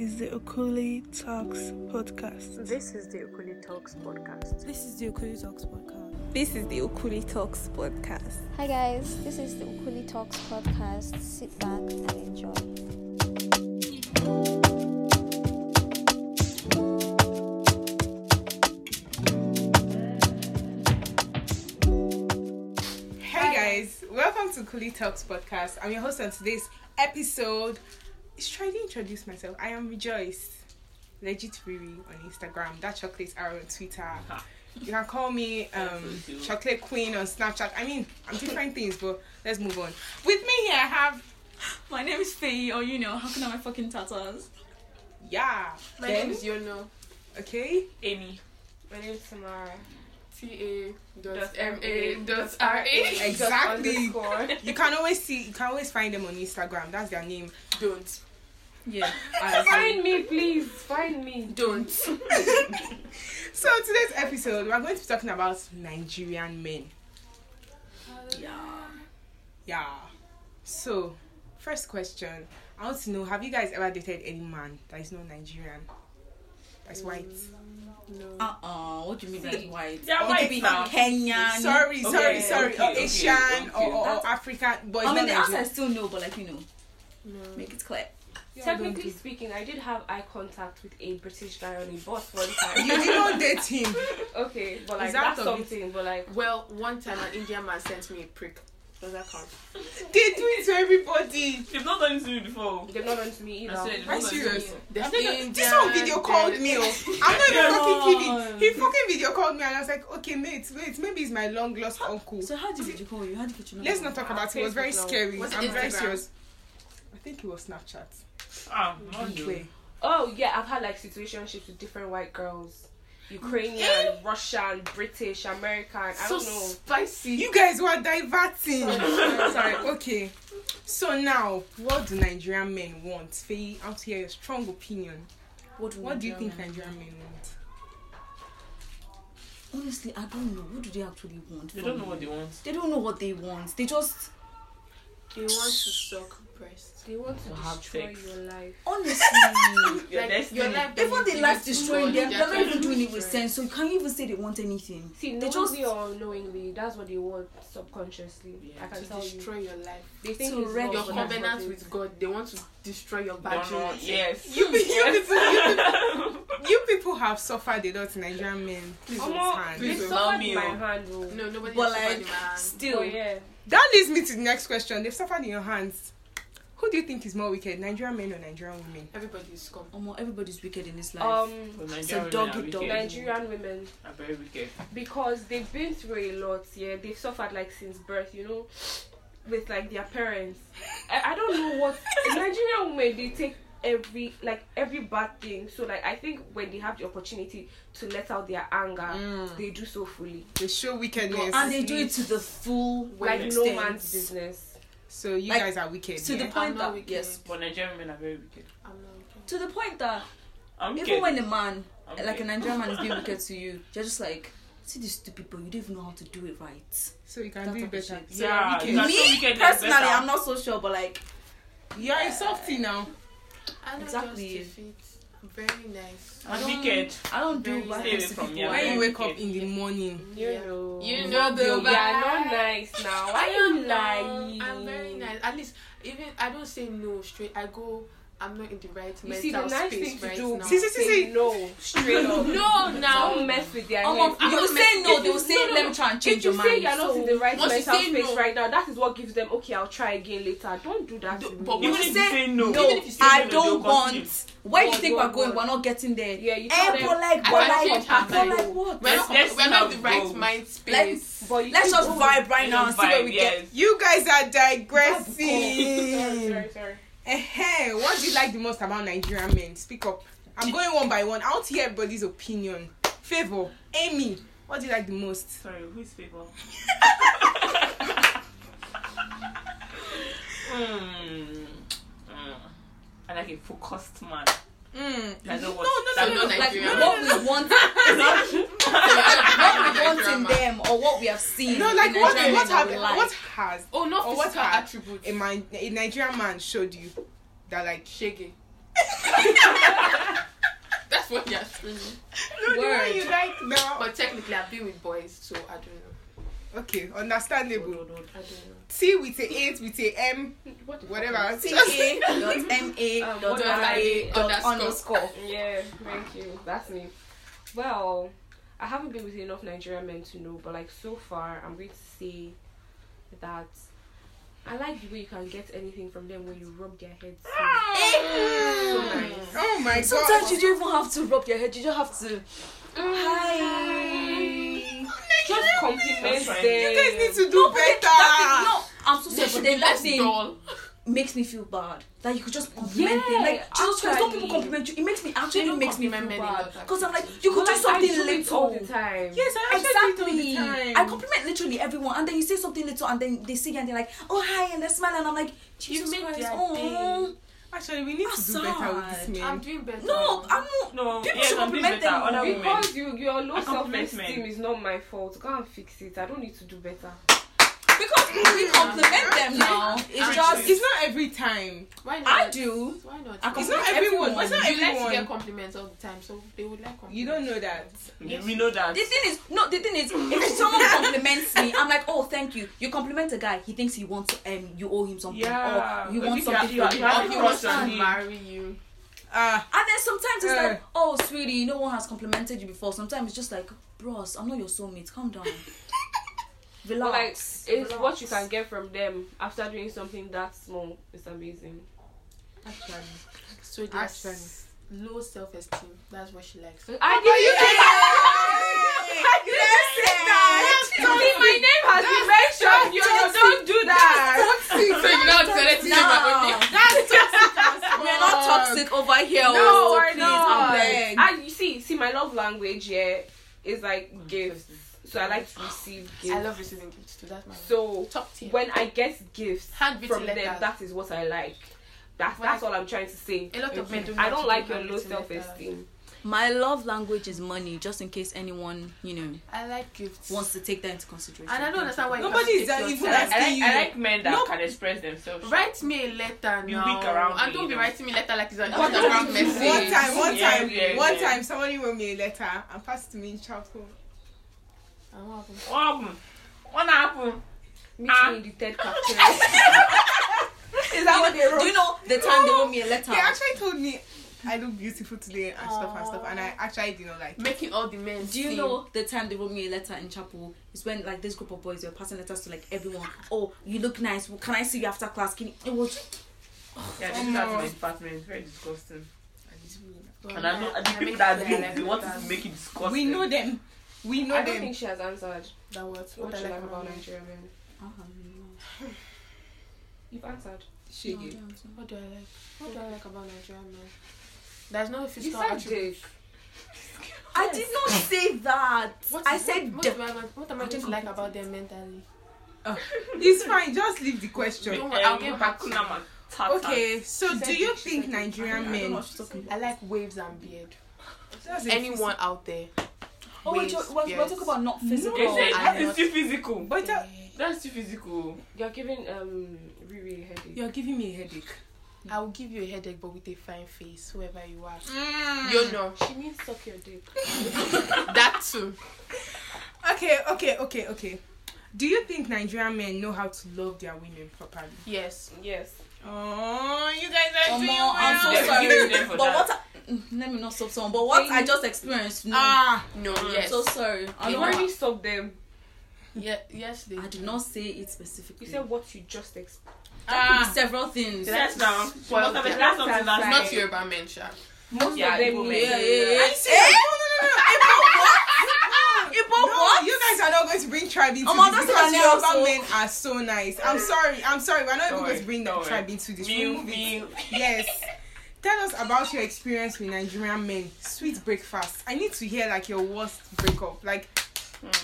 Okuli Talks podcast. This is the Okuli Talks podcast. This is the Okuli Talks podcast. This is the Okuli Talks podcast. Hi guys, this is the Ukuli Talks podcast. Sit back and enjoy. Hey guys, welcome to Coolie Talks podcast. I'm your host on today's episode. Is trying to introduce myself. I am Rejoice, legit Riri on Instagram. That chocolate arrow on Twitter. You can call me um, Chocolate Queen on Snapchat. I mean, I'm different things, but let's move on. With me here, I have My name is Faye, or you know, how can I my fucking tatters? yeah. My Ben, name is Yono. okay. Amy. My name is Samara. T A Dot dot M A dot R A. Exactly. Underscore. You can always see. You can always find them on Instagram. That's their name. Don't. Yeah. As- Find me, please. Find me. Don't. So today's episode, we're going to be talking about Nigerian men. Yeah. Yeah. So, first question. I want to know, have you guys ever dated any man that is not Nigerian? That's white. No. Uh uh what do you mean that's white? They're it white could be now. Kenyan. Sorry, sorry, okay, sorry. okay, or okay, Asian or, okay. or, That's- or African, but it's I mean, the not answer I Nigerian. still know, but like, you know, No. make it clear. Technically speaking, I did have eye contact with a British guy on a bus one You did time. not date him. okay, but like Is that that's of it? something. But like, Well, one time an Indian man sent me a prick. Does that count? They do it to everybody. You've not done this to me before. they've not done to me either. said- Are you serious? The Indian This one video called me. Oh. I'm not even fucking kidding. He fucking video called me and I was like, okay, mate, wait, maybe it's my long lost uncle. So, how did you call you? How did you get your Let's not number? talk about it. It was very Facebook now. scary. Was it I'm very Instagram? serious. I think it was Snapchat. Ah, Anyway. oh yeah, I've had like situationships with different white girls, Ukrainian, Russian, British, American. I So don't know. spicy. You guys were diverting. Sorry. Okay. So now, what do Nigerian men want? Faye, I want to hear your strong opinion. What do you think Nigerian men want? Honestly, I don't know. What do they actually want? They from don't know me? what they want. They don't know what they want. They just He wants to suck breasts. They want to We'll have destroy sex. your life. honestly, Your Like, destiny. your life even doesn't the life exist destroying anymore. them, They are they're not even trying to doing it with destroy. sense. So, can you even say they want anything? See, They knowingly just- or unknowingly, that's what they want subconsciously. I can To tell you. destroy your life. They think To it's wreck love, Your but that's not covenant it. with God, they want to destroy your Don't know. battery. Yes. You, pe- you, people, you, people, you people have suffered a lot, Nigerian men. Please don't Omo, stand. they Please don't. Allow suffered me, my oh. handle. No, nobody has But, like, somebody, man. still. Oh, yeah. That leads me to the next question. They've suffered in your hands. Who do you think is more wicked, Nigerian men or Nigerian women? Everybody's scum. Omo, everybody's wicked in this life. Oh, Um, Well, Nigerian So women dog are eat dog. wicked. Nigerian women Are very wicked. because they've been through a lot. Yeah, they've suffered like since birth, you know, with like their parents. I, I don't know what Nigerian women they take every like every bad thing. So like I think when they have the opportunity to let out their anger, Mm. Mm. they do so fully, They show wickedness. and they do it to the full like no extent. man's business. So you Like, guys are wicked. to the yeah? point I'm not that wicked. yes, But Nigerian men are very wicked. I'm not okay. to the point that I'm wicked. even when a man, I'm like a wicked. Nigerian man, is being wicked to you, you're just like, see these stupid people, you don't even know how to do it right. so you can That do type it of better. shit. So Yeah, you're wicked. Me That's Ah, so wicked, personally, that's better. I'm not so sure, but like, You're a softy now. I know Exactly. exactly. just defeat. Very nice. I I'm don't, wicked. I don't do Very bad stay things away to from people. me. Yeah, when I'm you wake up wicked. in the morning, You Yeah. know, You know the you are not vibe. nice now. Why you lying? I'm very nice. At least, even I don't say no straight. I go. I'm not in the right You mental see, the nice space thing to right do now. See, see, see, say see. no straight up. No, now. Don't mess with their Omo, heads. you will say no, they will say, No, no. let me try and change if you your say mind. you're not in the right once you mental say space no- right now, that is what gives them okay. I'll try again later. Don't do that. Do- to me. but Even You if you say say no, no, even if you say I no, don't they'll want. continue. Where you But think you we're don't going, want. we're not getting there. Yeah, you Eh, tell them- but like, I but can like, change but her like, mind. what? We're not, Let's- we're not in the let's right not go. mind space. Let's But you let's keep just going. vibe right now and see where Vibe, we get. yes. you guys Oh. are Sorry, digressing. sorry, sorry. Ehe, what do you like the most about Nigerian men? Speak up. I'm going one by one. I want to hear everybody's opinion. Favor, Amy, what do you like the most? Sorry, who is favor? mm, mm. I like a focused man. Mm. I know No, what. no, I no, know no, that Like you Nigerian. are- what we want, what we want in them, or what we have seen. No, like in what? Nigerian What men that have? we like. What has Oh, not Or what physical are- attributes. a, man, a Nigerian man showed you that like Shaggy. That's what you're saying. No, the Word. one you like now. But technically, I've been with boys, so I don't know. Okay, understandable. I don't T with a H with a M, What the whatever. T A dot M A Um, dot dot I I dot underscore. underscore. fuck? Yeah, thank you. That's me. Well, I haven't been with enough Nigerian men to know, but like so far, I'm going to say that I like the way you can get anything from them when you rub their heads. So, so nice. Oh my Sometimes god. you don't even have to rub your head. You just have to. Hi. Just compliment That's them. right. You guys need to do No, but better. then that is, no, I'm so know. sorry, but then that thing doll. makes me feel bad that you could just compliment Yeah, them. Like Jesus Christ, don't people actually. compliment you? It makes me actually don't makes me feel compliment men bad enough, because I'm like you could But, do like, something I do it little. all the time. Yes, I actually do Exactly. it all the time. I compliment literally everyone, and then you say something little, and then they see you and they're like, "Oh hi," and they smile, and I'm like, "Jesus make Christ, their oh Actually, we need to do better with Assad. this I'm man. doing better. no, I'm not." No, People yes, should I'm doing compliment better. them. Other women. Because you, your low I self compliment esteem men. is not my fault. Go and fix it. I don't need to do better. Because we compliment them now. It's just It's not every time. Why not? I do. Why not? I It's compliment not everyone. everyone. It's not you like to get everyone. compliments all the time, so they would like compliments. You don't know that. We know that. The thing is, no, the thing is, if someone compliments me, I'm like, oh, thank you. You compliment a guy, he thinks he wants, um, you owe him something, Yeah. or you But want if you something are- you are- from you him, are or having you crush on understand. him. marry you. Ah, And then sometimes it's Eh. like, oh, sweetie, no one has complimented you before. Sometimes it's just like, bros, I'm not your soulmate. Calm down. But like, Relax. it's what you can get from them after doing something that small. It's amazing. Actually. So Actually. there's low self esteem. That's what she likes. I didn't You just said that. even see my name has been mentioned. You you don't do that. so you know it's Nah. We're not toxic over here. oh, so we're please, not. I'm like, And you see, see, my love language yeah is like gifts. So I like to receive I gifts. love receiving gifts too. That's my So top tier. when I get gifts Handwritten from them, letters. that is what I like. That's When I- that's all I'm trying to say. a lot of men don't. I know don't to like do your low handwritten self letters. esteem. my love language is money, just in case anyone, you know, I like gifts. wants to take that into consideration. And I don't understand why you Nobody can't is uh, take your even time. I like, you. I like men that No. can express themselves. Write me a letter Be now. weak around and me, don't be you know. writing me letter like it's an One Instagram message. time, one Yeah, time, yeah, one yeah. time, somebody wrote me a letter and passed it to me in chapel. And what happened? What happened? What happened? Meet Ah. me in the third cafeteria. Is that what they wrote? Do you know the time they wrote me a letter? They actually told me I look beautiful today and stuff and stuff, and I actually did not like. it. Making all the men. Do you sing. know the time they wrote me a letter in chapel is when like this group of boys were passing letters to like everyone. Oh, you look nice. Well, can I see you after class? Can you? It was Yeah, this Oh, is no. my department. It's very disgusting. Well, And I know yeah, the I people make that it look, like they want that. to make it disgusting. We know them. We know I don't them. think she has answered That what? what What I you like like about about Nigeria. Nigeria men. um, You've answered. Shake it. What do I like? What do I like about Nigeria men? There's no You physical said attribute. dick. I did not say that. What I is- said what, the- what, do I, like- what am I I going to don't like about them mentally? It's fine. Just leave the question. Don't worry, I'll get back to you. Hakuna Matata. Okay. So, She said do you it, she think said it. Nigerian I don't know men? what she's talking about. I like waves and beard. That's a- Anyone out there? Oh, wait, waves, you- we're, we're beards. talking about not physical. They said I'm that is not- too physical. But uh, That's too physical. You're giving um Riri a headache. you're giving me a headache. I will give you a headache, but with a fine face, whoever you are. Mm. You know She means suck your dick. that too. Okay. Okay. Okay. Okay. Do you think Nigerian men know how to love their women properly? Yes. Yes. Oh, you guys are Omo, doing well. I'm so They're giving them sorry. for But that. what? I, Mm, let me not stop someone. But what I just experienced. No, Ah, No. I'm Yes. so sorry. I You don't. already know. sucked them. Ye- yes. They. I did not say it You specifically. said what you just explained. ah. several things. That's Yes, now. She spoiled must have them. expressed something That's last Not night. Yoruba men, sha. Most Yeah, of them Igbo need men. Yeah, yeah, it. yeah. Are you serious? No, no, no, no. April, what? It No, bought what? you guys are not going to bring tribe into Omo, this that's because an error, Yoruba so- men are so nice. I'm sorry, I'm sorry. We're not even Don't going worry, to bring the don't worry. tribe into this. Mew, Remove it. mew. Yes. Tell us about your experience with Nigerian men. Sweet breakfast. I need to hear like your worst breakup. Like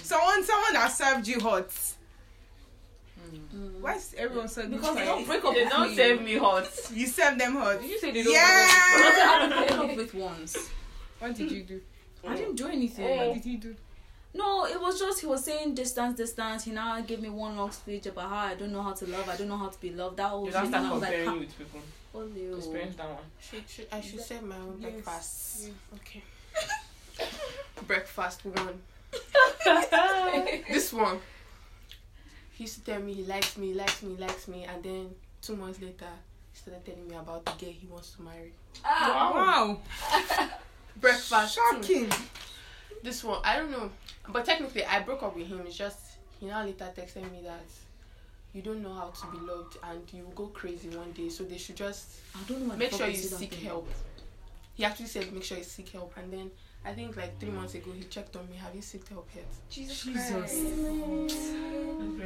someone, someone that served you hot. Why is everyone so Because they don't different? break up They with don't me. save me hot. You served them hot. Did you say they don't Yeah. I haven't broken up with once. What did you do? I didn't do anything. What did you do? No, it was just he was saying distance, distance. He now gave me one long speech about how I don't know how to love, I don't know how to be loved. That whole You shit. And don't start I was like, comparing ha, you with people. oh, Leo. Experience that one. Should, should, I should serve my own breakfast. Okay. breakfast one. this one. He used to tell me he likes me, he likes me, he likes me, and then two months later, he started telling me about the girl he wants to marry. Wow. Breakfast. too. Shocking. This one, I don't know, but technically, I broke up with him. It's just he now later texted me that you don't know how to be loved and you will go crazy one day, so they should just I don't know why the make fuck sure they you say that seek thing. help. He actually said make sure you seek help, and then I think like three months ago he checked on me. Have you seeked help yet? Jesus, Jesus.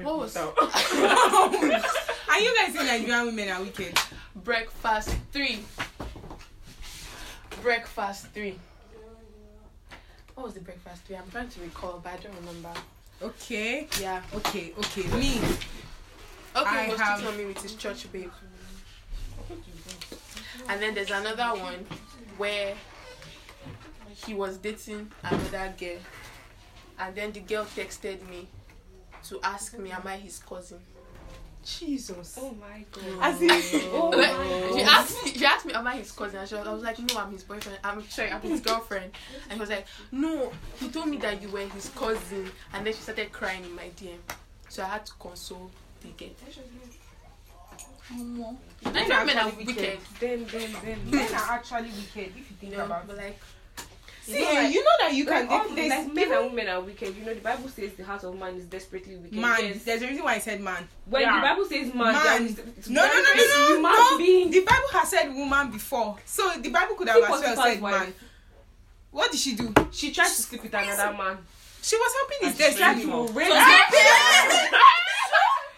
What was Are you guys saying Nigerian women are wicked? breakfast three? Breakfast three. What was the breakfast three? I'm trying to recall, but I don't remember. Okay. Yeah. Okay. Okay. Me. Okay, I he was have- cheating on me with his church babe. And then there's another one where he was dating another girl, and then the girl texted me to ask me, "Am I his cousin?" Jesus. Oh my god. As oh if. Like, she asked me, she asked me, am I his cousin? And she was, I was like, no, I'm his boyfriend. I'm sorry, I'm his girlfriend. And he was like, no, he told me that you were his cousin. And then she started crying in my DM. So I had to console the girl. Nigerian men are wicked. Then, then, then. Men are actually wicked if you think You know, about but it. like, See, you know that you Like, can all like, the, like men people- and women are wicked. You know the Bible says the heart of man is desperately wicked. Man, Yes. there's a reason why I said man. when Yeah. the Bible says man, Man. there is- No, no, no, there is no, no. human no. being. The Bible has said woman before, so the Bible could have See as well Potiphar's said wife. man. What did she do? She tried to sleep with another man, She was helping his And destiny. she raped him. She was helping-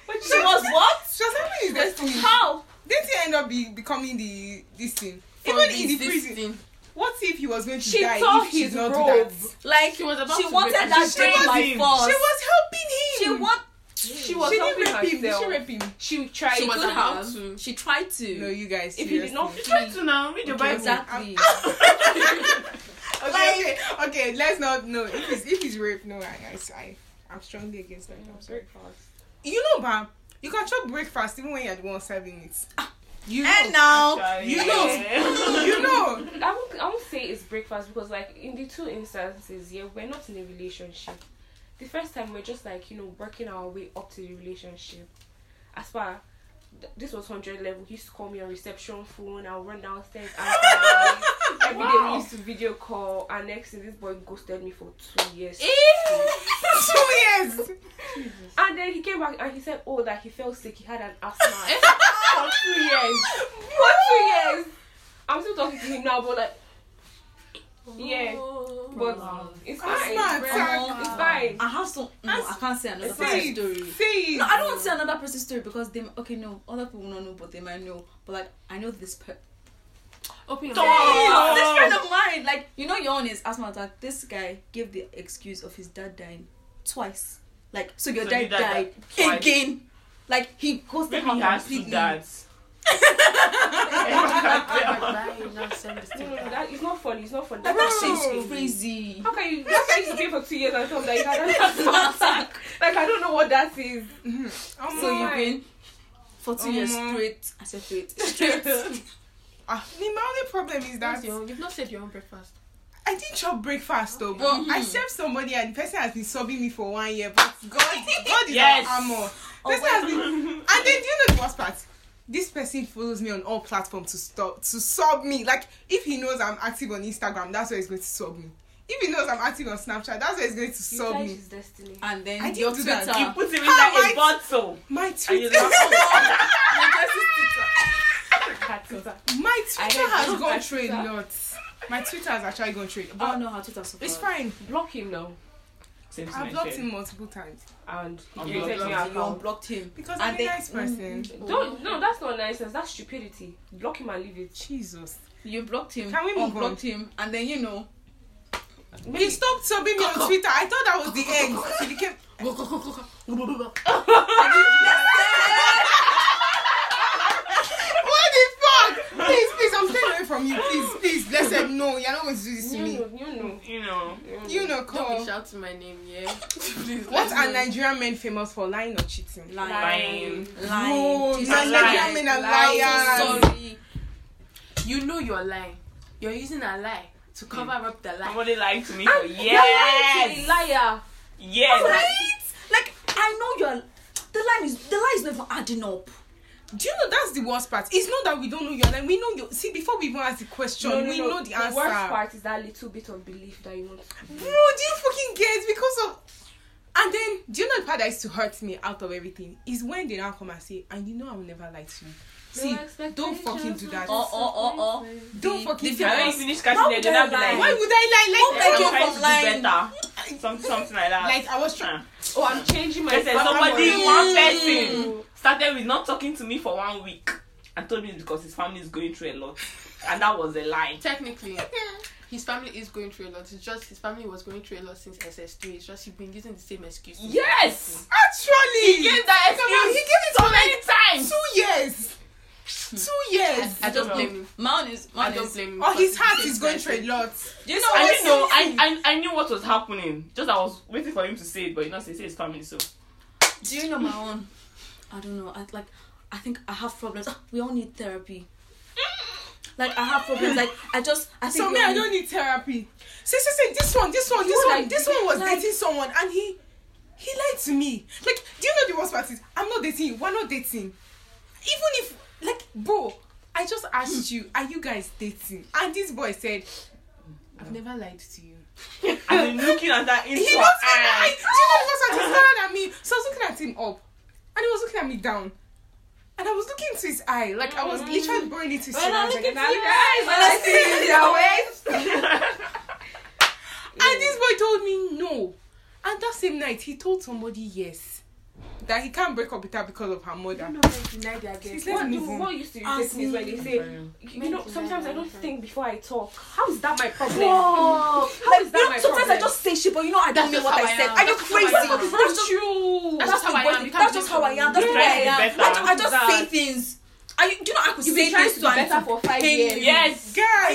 but she She was was what? She was helping his destiny. how? Didn't he end up be, becoming the this thing? from Even this- in the this prison. thing, What if he was going to She die tore if she his did not robe. do that? Like She was about she to wanted rape that him. drink was by him. force. She was helping him. She want. She was She helping didn't rape him. Did herself. she rape him? She tried. She She was could about have. to. She tried to. No, you guys. if you did not seriously. Try to now read the Okay, Bible. Exactly. Ah, Okay, okay, okay, let's not no. If it's if it's rape, no, I I, I I'm strongly against that. I'm sorry. You know, Bam, you can chop breakfast even when you're the one serving it. Ah, You know, And now Actually, You know. yeah. you know. I won't, I won't say it's breakfast because, like, in the two instances, yeah, we're not in a relationship. The first time, we're just like, you know, working our way up to the relationship. As far th- this was 100 level, he used to call me on reception phone, I'll run downstairs. and call him. Every day we used to video call, and next thing, this boy ghosted me for two years. Two years. And then he came back and he said, Oh, that he felt sick, he had an asthma for two years. For two years. I'm still talking to him now, but like, yeah. But it's fine. Asthma attack. It's fine. I have some. No, I can't say another Say person's it. story. Say it. No, I don't want to say another person's story because they okay no other people will not know but they might know but like I know this per- Open your Oh, mouth. this friend of mine like you know your own is asthma attack this guy gave the excuse of his dad dying twice like so your So dad your dad died died twice. again like he goes to Maybe he has two dads. Bye, now send this No, thing no, no, back. Mm, that, it's not funny. It's not funny. like That's that shit's crazy how can you just used to be for two years and tell me that you had an asthma attack? Like, I don't know what that is. Oh so you've my. been for two years Omo. straight I said straight straight Ah, my only problem is that That's your own- You've not said your own breakfast. I didn't chop breakfast though, but I served somebody and the person has been sobbing me for one year. But God, God is Yes. our armor. The person has been, and then do you know the worst part? This person follows me on all platforms to stop to sub me. Like if he knows I'm active on Instagram, that's where he's going to sub me. If he knows I'm active on Snapchat, that's where he's going to You sub me. his destiny. and then I your didn't do that. Twitter You put him How am I- inside a bottle. My And you Twitter, laugh. my I Twitter hate has you. gone through My a Twitter. Oh, lot. My Twitter has actually gone through. it, I don't But know how Twitter so it's far. fine. Block him now. Seems I like blocked shit. him multiple times And he Unblock created him. me You account. unblocked him because And I'm a they- nice person. Don't, no, that's not nonsense. That's stupidity. Block him and leave it. Jesus. you blocked him Can we move on? unblocked him and then you know He stopped subbing me on Twitter. I thought that was the end. He became. what the fuck? Please, please, I'm staying away from you. Please, please, blessed. No, you're not going to do this to You me. know, you know. You know. You know, Don't be call. shouting my name, yeah? Please. What let's are not- Nigerian men famous for? Lying or cheating? lying No, lying Jesus Nigerian lying. men are Lying. liars. sorry You know you're lying. You're using a lie to Hmm. cover up the lie. Somebody lied to me for You're lying to years. a liar. Yes. Like I know you're. The line is the line is not even adding up. Do you know that's the worst part? It's not that we don't know your line. We know your. See, before we even ask the question, No, no, we no. know the, answer. worst part is that little bit of belief that you want. Bro, do you fucking get? Because of. And then, do you know the part that used to hurt me out of everything is when they now come and say, and you know I will never lie to you. See, don't fucking do that. Or or or or. Don't the- fucking the do And when you that. finish Why catching them, would they're I not be like, Why would I lie like Why would that? you I'm trying to online? do better. Something, something like that. Like, I was trying. Ah. Oh, I'm changing my. Just that somebody, Mm. one person, started with not talking to me for one week and told me it's because his family is going through a lot. And that was a lie. Technically, his family is going through a lot. It's just his family was going through a lot since SS3. It's just he's been using the same excuse. Yes! Actually, He gave that Come on, excuse he gave it so many times! two years. Two years. I don't blame him. Mine is I mine don't is. blame him. Oh, his because heart it's is going his through a person. lot. You know I what? didn't know. I, I I knew what was happening. Just I was waiting for him to say it, but you know, he said his family. So Do you know my own? I don't know. I like. I think I have problems. We all need therapy. Like I have problems. Like I just. I think. So we me, all I don't need therapy. See, see, see, this one, this one, this were one, like- this one was like- dating someone, and he he lied to me. Like, do you know the worst part is I'm not dating you. We're not dating. Even if, like, bro, I just asked you, are you guys dating? And this boy said, I've never lied to you. I've been looking at that into He her looked at me. eye. Do you know the worst part? He stared at me. So I was looking at him up, and he was looking at me down. And I was looking into his eye, like I was literally boring into his When I eyes. look Like, into your and eyes, when I see you, your ways. this boy told me no. And that same night, he told somebody yes. That he can't break up with her because of her mother. Deny their guess. Please let What, me do- move on. what used to irritate me is when they say, you know, sometimes I don't think before I talk. How is that my problem? Whoa. How is that You my know, sometimes I problem? just say shit, but you know I don't That's mean just what how I I said. am. Are you That's just crazy? how I am. That's just true. That's that's just how I the am. way- You can't That's do just how I am. something. That's the You're way I trying to am. be I, better. ju- I just That- say things. I, do you know I could You've say been trying things to be to an- better for five pain years. you. Yes. Guys, For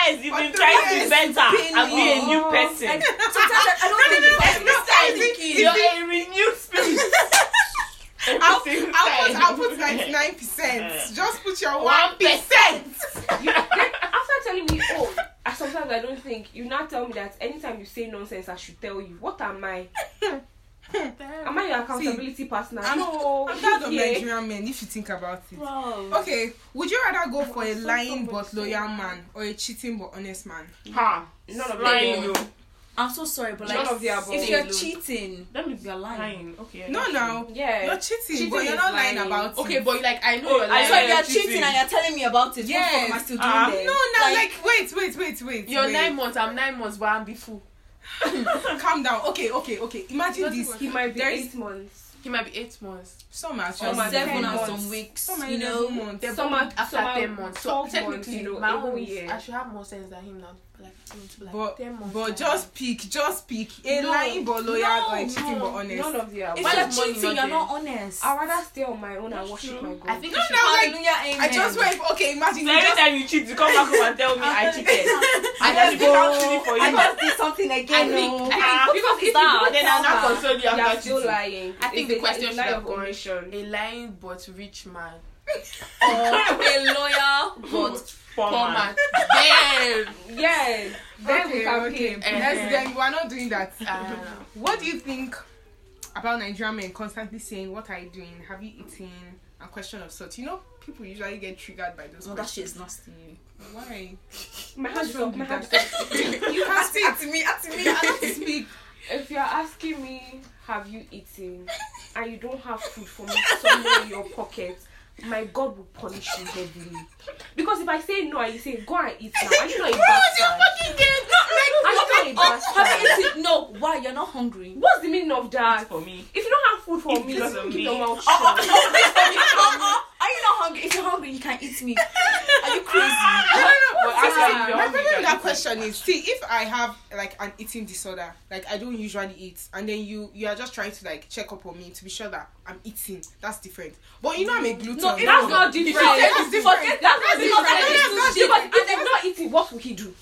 years, you've been trying to be Yes. better and be a new person. Like, sometimes I, I don't think it's no, I think You're a renewed spirit. I'll, Every single I'll put, time. I'll put 99%. Just put your One 1%. percent. After telling me, oh, I, sometimes I don't think, you now tell me that anytime you say nonsense, I should tell you. What am I? Am I your accountability partner? I'm, no. I'm proud of yeah. Nigerian men if you think about it. Okay, would you rather go for a lying but loyal man or a cheating but honest man? Ha. None of them. Lying, no. I'm so sorry, but like, None of the above. if you're Look. cheating, That means You're lying. Okay. I No, get no. Yeah. You're cheating, but Cheating is you're not lying, lying. about it. Okay, but like I know Oh, you're I so lying. if you're like- you're cheating. cheating and you're telling me about it, what Yes. the fuck am I still doing Ah. there? No, no, like, wait, wait, wait, wait. You're wait. nine months. I'm nine months, but I'm before. Calm down. Okay, okay, okay. Imagine this. He might be There is- eight months. He might be eight months. Some are or just my seven ten and months. some weeks, Some are you know. eleven months. They're Some born are- after some are ten months. So 12 months, technically, you know, my a whole own is year. I should have more sense than him now. But like, I need to be like But, ten months. but like- just pick, just pick. A No, lying but loyal or a cheating but honest. None of the above. If Why you're is money cheating, not you're there? not honest. I'd rather stay on my own and worship my God. I think No, you should- no, like, Hallelujah, amen. I just went, okay, imagine. it. you Every just- time you cheat, you come back home and tell me I cheated. I And then you just can't see me for I you. just did something I again. think, oh. "Oh, I think Because if you that? don't Then tell I'll not her, console you you are after still cheating. lying. I think It's the a- question it's should lie have of gone omission. a lying but rich man. a lawyer, but Poor Poor man. man. Damn. Yes, then we Okay, can okay. pay. Eh. Let's, then we're not doing that. I don't know. What do you think about Nigerian men constantly saying, What are you doing? Have you eaten? A question of sorts. You know, people usually get triggered by those no, that questions. shit is nasty. Why? My hand is up, my hand is up. You can't speak. At me, at me, at me. Speak. If you're asking me, have you eaten, and you don't have food for me somewhere in your pocket, my God will punish you heavily. Because if I say no and you say go and eat now, are you not a bastard? fucking get? Not Are you not a Have bastard? you eaten? No, why? You're not hungry. What's the meaning of that? For me. If you don't have food for It's me, because of keep me. your Oh, mouth shut. Uh-uh. Are you not hungry? If you're hungry, you can eat me. Are you crazy? Well, actually, if you're My problem hungry, you with can that question is see if I have like an eating disorder, like I don't usually eat, and then you you are just trying to like check up on me to be sure that I'm eating. That's different. But you know I'm a gluten. oh, No, it That's not different. That's That's different. not Because I different. don't That's eat Because sushi. if they're not eating, what will he do?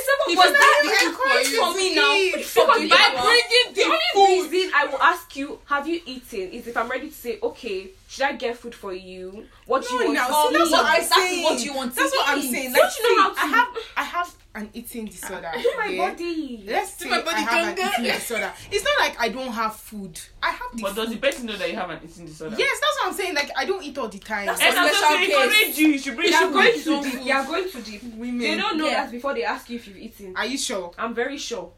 If someone was you that don't big encourage for me me to now, eat, for because you by now, bringing The the only food. reason I will ask you, have you eaten, is if I'm ready to say, okay, should I get food for you? What do you No, want now for see, me? that's what I'm That's saying. what you want to That's what I'm eat. saying. Don't Like, you know see, how I have I have an eating disorder. My okay? body. Let's say my body I have an jungle. eating disorder. It's not like I don't have food. I have the But does the food. person know that you have an eating disorder? Yes, that's what I'm saying. Like I don't eat all the time. Eh, That's And I'm Special just case. encourage you. You should bring They are some going food. too deep. They are going too deep. women. They don't know Yeah. that before they ask you if you've eaten. Are you sure? I'm very sure.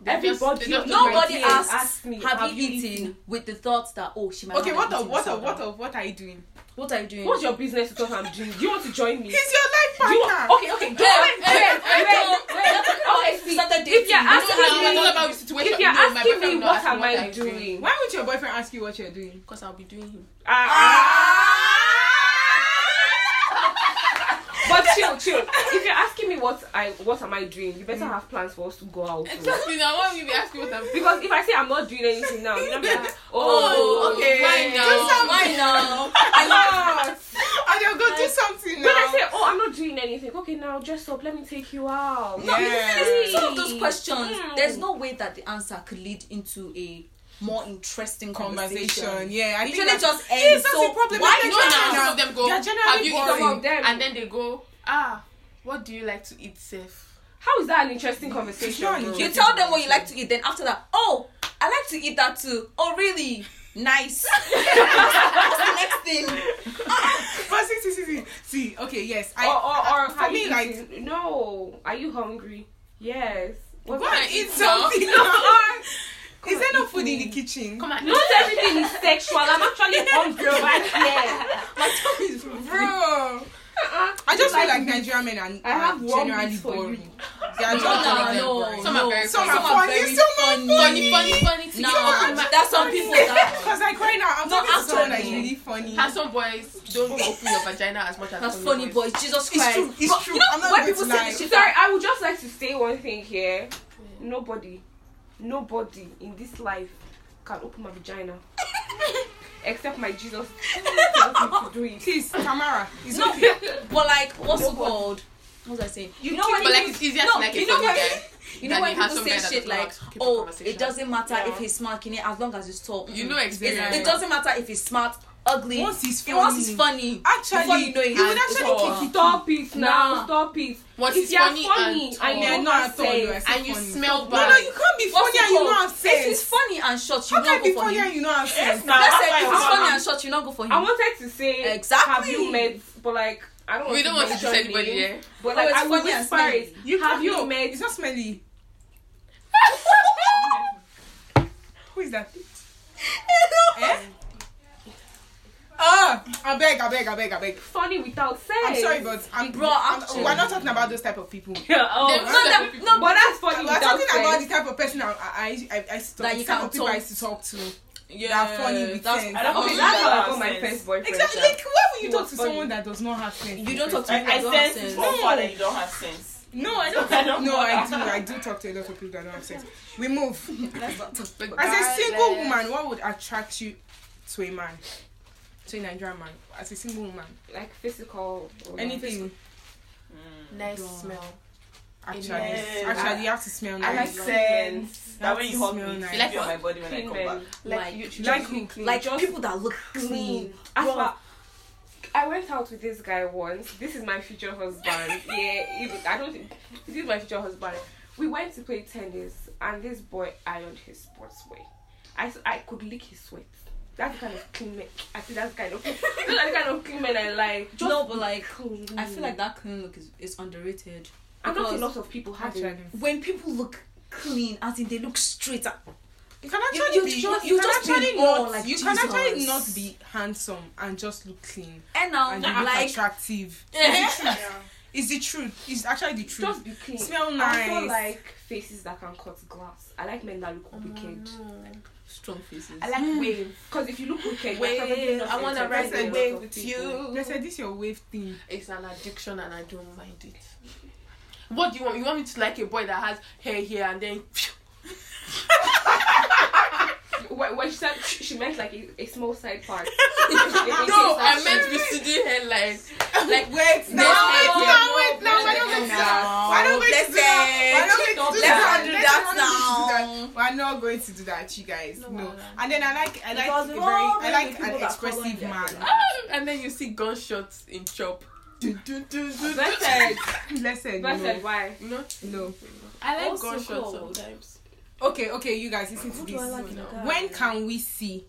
They Everybody, just- they just- Nobody my asks, asked me, have, you eaten? With the thoughts that oh, she might. Okay, have what an of eating what of disorder. what of what are you doing? What are you doing? What's your business with what I'm doing? Do you want to join me? He's your Do life you partner. want, okay, okay, go on. Wait, wait, wait. Okay, see. Started If dating. you're No, no, asking no, me, it's all about the situation. if you're No, my asking boyfriend me will not what ask me am what I I'm doing. doing, Why would your boyfriend ask you what you're doing? Because I'll be doing him. Ah. but chill, chill. If you're asking me what I what am I doing, you better have plans for us to go out. It's just me now. Why will you be asking what I'm doing? Because if I say I'm not doing anything now, you're not be like, Oh, oh, okay. Why now? Why now? And you'll go do something now. When I say, oh, I'm not doing anything, okay, now dress up, let me take you out. No, Please. Some of those questions, Mm. there's no way that the answer could lead into a more interesting conversation. conversation. Yeah, I Usually think that's- just Yes, ends. that's So the problem. why Like, No, not they're no, now? generally- some of them go. they're generally Have you boring. eaten? Some of them. And then they go, ah, what do you like to eat, safe? How is that an interesting conversation? not an bro? You tell them what you like to eat, then after that, oh, I like to eat that too. Oh, really? Nice. What's the next thing? But see, see, see, see, see. Okay, yes. I, or, or, or for how me, you like- eating? no, are you hungry? Yes. What's Go and that? eat now. something. now. Is on, there no eat food in me. the kitchen? Come on. Not everything is sexual. I'm actually hungry right here. Bro, I just feel like Nigerian men are, I have are one generally bit for you. boring. They are just No, no, generally no. boring. Some no. are very Some funny. are funny, some are Funny, funny, funny. to No, you. Yeah, there's some people that Because like right now, I'm No, talking to someone that is actually. really funny. And some boys don't open your vagina as much as that's funny boys. Jesus It's Christ. true. It's But true. You know I'm not when going people to say lie. this shit, Sorry, I would just like to say one thing here. Nobody, nobody in this life can open my vagina except my Jesus tells me to do it. Please, Tamara. It's No. okay. but like, what's it Nobody. called? What was I saying? You know keep when But like people- it's easier No, to like you a know funny what- guy. You know than when you have some people say guy that shit doesn't know how like, to keep a oh, conversation." it doesn't matter Yeah. if he's smart in it as long as he's tall. You know Mm. experience. It doesn't matter if he's smart, ugly. Once he's It- Once funny. Ah, he's Actually, funny. before you know it, you would it's actually all- kick it Stop it now. Nah. Stop it. What if is you're funny, funny, and, and tall, Yeah, you're no, not at all, you saying are- and you funny. smell No, no, bad. you can't be What's funny it and you called? not have If sex. he's funny and short, you How won't can be go for funny him. and you not have sex? now. Let's say That's if why he's I- funny and short, you not go for him. I wanted to say Exactly. Have you met? But like I don't. We don't want to mention diss anybody names, here. But Oh, like it's I would funny and whisper it. You have can't- you no, met? It's not smelly. Who is that? eh? Ah, I beg, I beg, I beg, I beg. Funny without sex. I'm sorry, but I'm, Bro, I'm- actually. we're not talking about those type of people. Yeah, oh. Them No, type of that- people. no, but that's funny we're without talking sex. about the type of person I, I, I, I used to That talk, you the type can of people talk. I used to talk to. Yeah, that are funny with that's- sense. I don't Okay, Oh, that's how I that got my makes first boyfriend. Exactly. sha. Like, why would He you talk was to funny. someone that does not have sense? You don't talk to I, people I that don't have sense it's sense. more fun and you don't have sense. No, I don't. I don't no, want I do. that. I do talk to a lot of people that don't have sense. We move. But As a single woman, what would attract you to a man? To a Nigerian man? As a single woman, Like physical. or- anything. eh, nice smell. Actually, Yes. actually, you have to smell I like nice. scent. That when you hug me, Smell it nice. feels Like on what? my body when I Clean come men. back. Like, Like you should like just who? like just people that look clean. clean. As Bro. for- I went out with this guy once. This is my future husband. yeah, if, I don't. think- This is my future husband. We went to play tennis, and this boy ironed his sportswear. I, s- I could lick his sweat. That's the kind of clean men. I see that's the kind of. those are the kind of clean men I like. Just no, but like, clean. I feel like that clean look is, is underrated. I know a because- lot of people have Actually, it. When people look clean, as in they look straight up. you can You- actually you be. just- you you can just be actually in awe, not. like, you can actually Jesus. not be handsome and just look clean And now, and you look like, attractive. It's the truth. It's actually the truth. Just be clean. Smell I also nice. like faces that can cut glass. I like men that look Ah. wicked. Mm. strong faces. I like waves. Because if you look wicked, Wave, you're probably not Mm. I wanna entertaining ride a the lot wave of with people. you. They said this your wave thing. It's an addiction and I don't mind it. What do you want? You want me to like a boy that has hair here and then When, when she said she she meant like a, a small side part. No, I meant receding hairline. Like Wait, no, hair wait, here. no, wait, no, why don't we do that? Why don't we do that? Why don't we Stop do that. that? Let's Let's not not do do that. We're not going to do that, you guys. No, No. we're not. And then I like, I like Because a we're very, I all very like people an that colour in expressive their man. hair. and then you see gunshots in chop. Dun, dun, dun, dun. Blessed. Blessed. Blessed. Why? You know, No. I like Also gunshots cold. sometimes. no. Okay, okay, you guys, listen to What do I this. like in a guy? When can we see?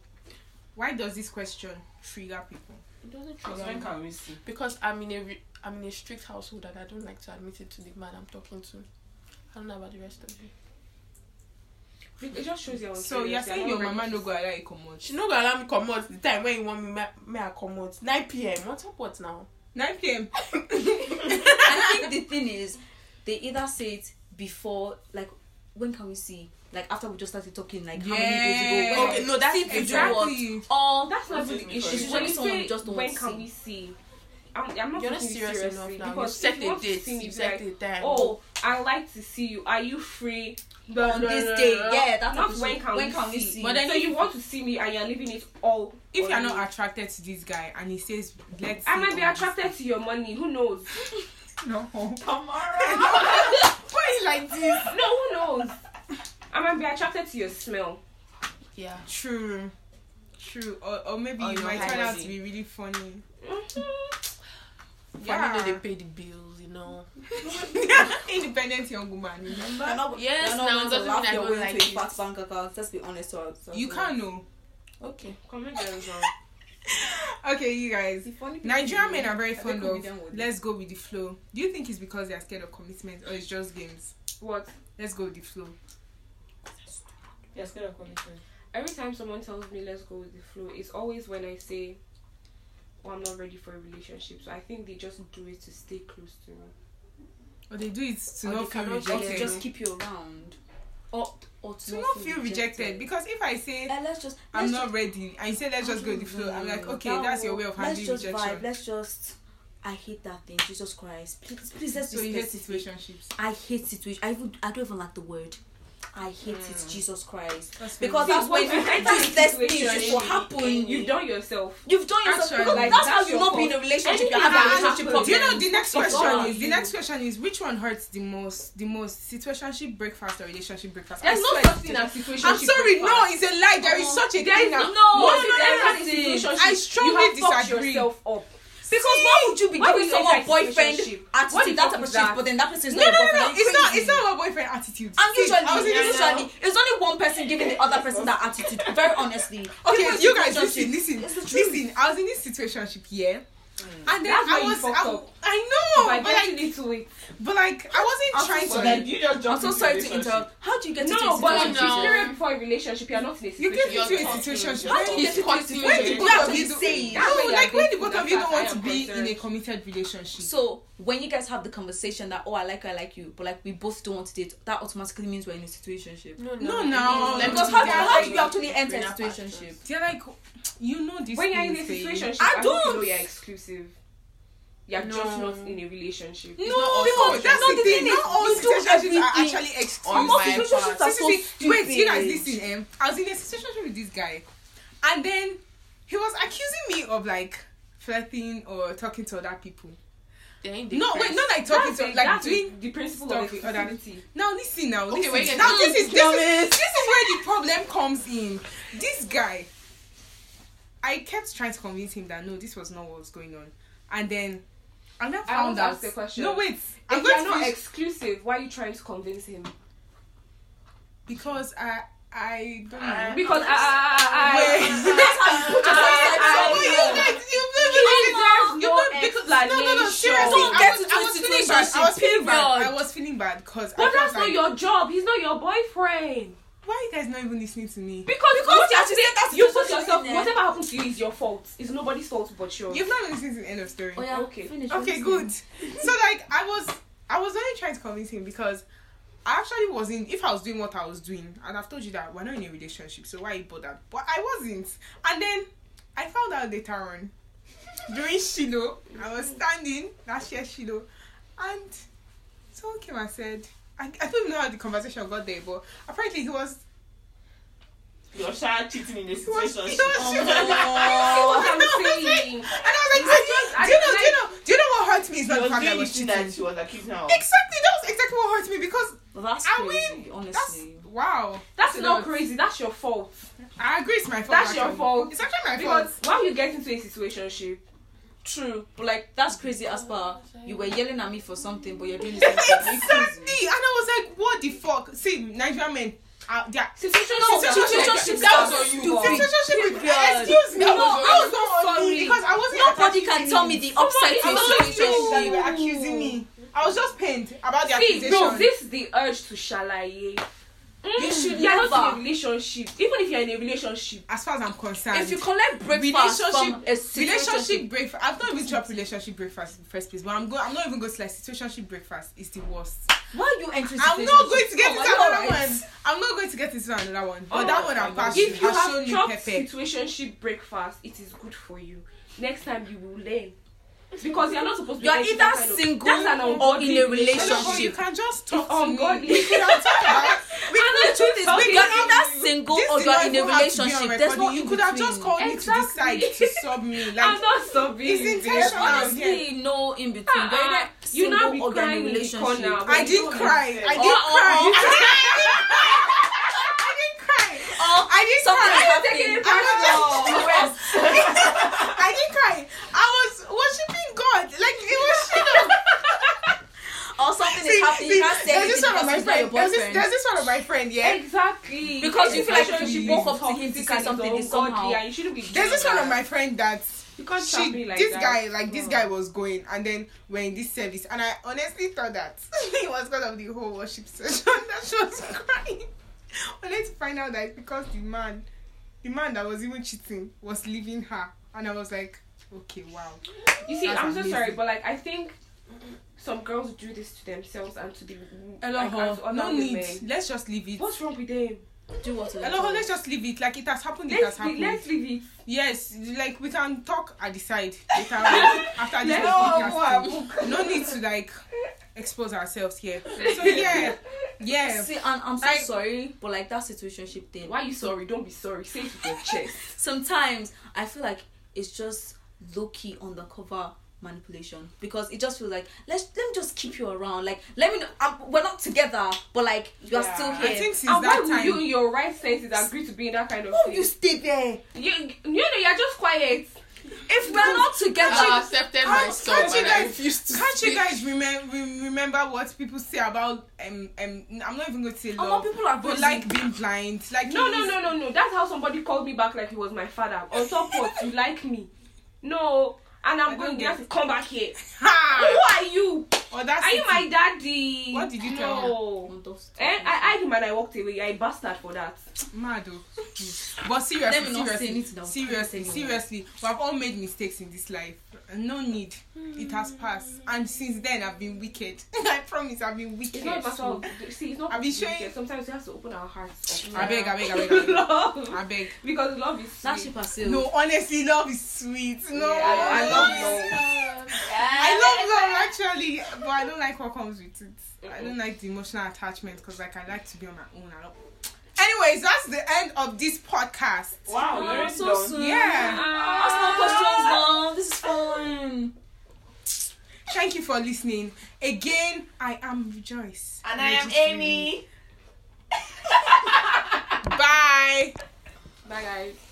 Why does this question trigger people? It doesn't Because trigger when me. can we see? because I'm in a re- I'm in a strict household and I don't like to admit it to the man I'm talking to. I don't know about the rest of you. Mm-hmm. It just shows you. So you're saying your mama no go allow you come out. She no go allow me come out the time when you want me ma- me I come out. 9 p.m. What's up? What now? 9 p.m. and I think the thing is, they either say it before, like, when can we see? Like, after we just started talking, like, how many days ago? Yeah. When Okay, no, that's see if you do Exactly. what? All Oh, That's not What the is it issue. because- When Usually you someone say, just don't when want to can see." we see? I'm, I'm not You're not taking you serious seriously enough now. You because if set you a want to date. see me, You be set like, a time. Oh, I like to see you. Are you free? Blah, on blah, this blah, day, blah. yeah, that's not what when we- can when we can we see. see? But then so you want to see me and you're leaving it all. If on you're me. not attracted to this guy and he says, let's. I see might be on this- attracted to your money. Who knows? No. Tamara! Why you like this? no, who knows? I might be attracted to your smell. Yeah. True. True. Or, or maybe Or you your might turn out hygiene. to be really funny. Mm-hmm. Yeah. Yeah. I know they pay the bills, you know. Independent young woman, remember? You're not, Yes, you're not now going it to doesn't laugh mean I your don't way like into a it. fat bank account. Let's be honest to ourselves. You can't know. Okay. Okay, you guys. The funny people Nigerian do- men are very I think fond we'll be of done with it. let's go with the flow. Do you think it's because they are scared of commitment or it's just games? What? Let's go with the flow. You're scared of commitment. Every time someone tells me let's go with the flow, it's always when I say, "Oh, I'm not ready for a relationship." So I think they just do it to stay close to me. Or they do it to Or not they feel cannot- rejected. Or to just keep you around. Or, or to, to not feel rejected. Because if I say Eh, let's just. I'm let's not just- ready and you say let's just go with the Mm, flow, I'm like, okay, that's your way of handling Let's just vibe. rejection. Let's just. I hate that thing. Jesus Christ. Please, please let's So be you hate specific. situationships. I hate situation. I even I don't even like the word. I hate it, Jesus Christ. Mm. That's Because fair. that's when when you enter that's a that's situation, things will happen. You've done yourself. you've done yourself. Actually, because like, that's, how that's you your not be in a relationship. You Anything have a that relationship happens. problem. Do you know the next It's all question on is the you. next question is which one hurts the most? The most situationship breakfast or relationship breakfast? I There's no swear such to thing God. as situationship. I'm sorry, no, breakfast. it's a lie. There is such a Uh-huh. There thing. is now. no- No, Once no, you no, enter no, this no. relationship, I you have strongly fucked disagree. yourself up. Because why would you be Why would giving you someone enter a boyfriend situationship? What the attitude that fuck type of is shit, that? but then that person is No, no, not no, your no. boyfriend? Are It's you not. crazy? It's not my boyfriend attitude. And See, usually, I was in usually, this one. it's only one person giving the other person that attitude. Very honestly. People in Okay, you guys, listen, situationship- listen, It's the truth. listen. I was in this situationship here, Mm. and then That's why I you was. fucked I, up. I know, By but like, getting into it. but like, I I'm so wasn't trying sorry. to. Like, you just jump I'm so sorry into to relationship. interrupt. How do you get into No, a but situation? like, situation. no. period before a relationship, you're not in a You situation. get You're into a talking, situation. When How do you get It's into a costing you when the relationship. situation? You have both to of be you do, saying. That's why you no, are like when the dating, both of that's you why don't I want am to be in concerned. a committed relationship. So when you guys have the conversation that oh I like her, I like you, but like we both don't want to date, that automatically means we're in a situationship. No, No, no. Let me Because see how, the how do other you actually enter a Bring up situationship? They're like, you know this. When you're in a thing, situation, I I don't don't. know you're exclusive. You're just No. not in a relationship. No, all because situations. that's No, the the thing. thing is, Not all you do situationships are everything. actually exclusive. On Most my situationships part. are See, so see, see. stupid. Wait, you guys listen. Um, I was in a situation with this guy, and then he was accusing me of like flirting or talking to other people. They ain't No, wait, depressed. not like talking to, it, like that's it, doing. the principle stuff of with other- exclusivity. Now listen, now listen. wait, now mm, this is this is, this is where the problem comes in. This guy, I kept trying to convince him that no, this was not what was going on, and then. And I I want found to out. ask a question. No, wait. If going you're to not finish- exclusive, why are you trying to convince him? Because I I don't know. Because ah, I, I, I, I, Wait. That's how you put yourself But I- in you a situation. guys, you no, He deserves no, no, no, no no, because no, no, no, explanation. seriously, Don't I get was, into I was a feeling bad. I was feeling bad. period. I was feeling bad because. I but felt that's not like, your job. He's not your boyfriend. Why you guys not even listening to me? Because, Because you actually said that's you the put situation yourself. in there. Whatever happens to you is your fault. It's nobody's fault but yours. You've not been listening to the end of story. Oh yeah, Okay. finish, Okay, finish. good. So like, I was, I was only trying to convince him because. I actually wasn't. If I was doing what I was doing, and I've told you that we're not in a relationship, so why you bothered? But I wasn't. And then I found out later on during Shiloh, I was standing last year Shiloh, and someone came and said, I, I don't even know how the conversation got there, but apparently he was. You're shy cheating in a He was. He was. situation. That's I what I'm saying. And I was like, I, do you know? Do you know? Do you know what hurt me? Is She not the was fact that I Oh, doing the was thing cheating. that she was accusing her of. Exactly. That was exactly what hurt me because Well, that's I crazy, win. That's honestly. wow. That's So not that was- crazy. That's your fault. I agree. It's my fault. That's your actually. fault. It's actually my fault. Because when you get into a situationship, True, but like that's crazy as per you were yelling at me for something, but you're doing the same thing. Are you crazy? Exactly. And I was like, what the fuck? See, Nigerian men, uh, they are. Situational Situationship. situationship That sounds was on you. stupid. Situationship with- Period. Excuse me. No, I was, I was I'm not on sorry. me because I wasn't. Nobody attached can to tell me. me the upside to I a was not feeling that you situationship. were accusing me. I was just pained about the See, accusation. no, this is the urge to shalaye. Mm, You should you're not never. in a relationship. Even if you're in a relationship, as far as I'm concerned, If you collect breakfast from a situation, relationship breakfast. I've not even dropped relationship breakfast in the first place, but I'm going. I'm not even going to like situationship breakfast. is the worst. why are you entering? I'm not going to get Oh, into are you another alright? one. I'm not going to get into another one. But Oh, that one I'm past. if you I've shown have you chopped Pepe. situationship breakfast, it is good for you. Next time you will learn. Because you're not supposed to You're getting either that kind of- single that's an or ungodly in a No, but you relationship. can just talk It's ungodly. to me. You can talk back. We And can the truth is, talk. we We You're can can have- either single this or did you're not in a even have to be on relationship. There's recording. no You in could have just between. called me to Exactly. decide to sub me. I'm Like not stopping. it's There's intentional. yeah. honestly no in between. Uh-uh. Ah, You're either You now be single or you're in a crying in the relationship. corner. I didn't cry. I didn't Oh, oh, cry. oh. I didn't cry. I didn't something cry. happened. taking it I was just I didn't cry. I was worshiping God. Like it was shit. or something is happening. You can't say there's this anything one of my because he's not your friend. There's this, boyfriend. there's this one of my friend. Yeah. Exactly. Because you feel like if you woke up to him Relationship to is say toxic something, and it's it's ungodly somehow- and you shouldn't be There's this doing one of that. my friend that You can't she, stop me like this that. guy, like this No. guy was going, and then we're in this service, and I honestly thought that it was because of the whole worship session that she was crying. But let's find out that it's because the man, the man that was even cheating, was leaving her, and I was like, okay, wow. You see, That's I'm so amazing. sorry, but like I think some girls do this to themselves and to the like, and to other no women. need. Let's just leave it. What's wrong with them? Do what? you Hello, want. let's just leave it. Like it has happened, it has Let's be, happened. let's leave it. Yes, like we can talk at the side later on after this podcast. No need to like expose ourselves here. So yeah, yeah. See, and I'm so Like- sorry, but like that situationship thing. Why are you sorry? Don't be sorry. Say it with your chest. Sometimes I feel like it's just low key undercover manipulation because it just feels like let's let me just keep you around. Like let me know um, we're not together, but like you are Yeah. still I here. think since and why that would time, you, in your right senses, agree to be in that kind of Oh, thing? you stay there. You, you know, you're just quiet. If we're not I together, accepted Can't- myself can't you and I guys- refused to can't you speak. guys remember re- remember what people say about um um? I'm not even going to say oh, love, people are but crazy. like being blind. Like No, it no, is- no, no, no. That's how somebody called me back like he was my father. On top of you like me. No. And I I'm going don't to have to come back here. Who Ha! are you? Or that's Are you my daddy? What did you no. tell Eh, I eyed him and I walked away. You're a bastard for that. mad oh. Mm. but seriously Let me not say seriously anything that will seriously offend anyone. seriously we have all made mistakes in this life no need it has passed and since then i've been wicked i promise i've been wicked It's not a matter abeg of. See, it's not. I'll be showing- because Sometimes we have to open our hearts up. abeg abeg to abeg love. abeg Because love is that sweet. ship has sailed. no honestly love is sweet no Yeah, I- I love is love. sweet. i love love actually but i don't like what comes with it i don't like the emotional attachment because like i like to be on my own i don't anyways that's the end of this podcast Wow, Oh, you're so so soon. yeah Ask more questions now. This is fun. Hmm. Thank you for listening. Again, I am Rejoice. And I am Amy. Bye. Bye, guys.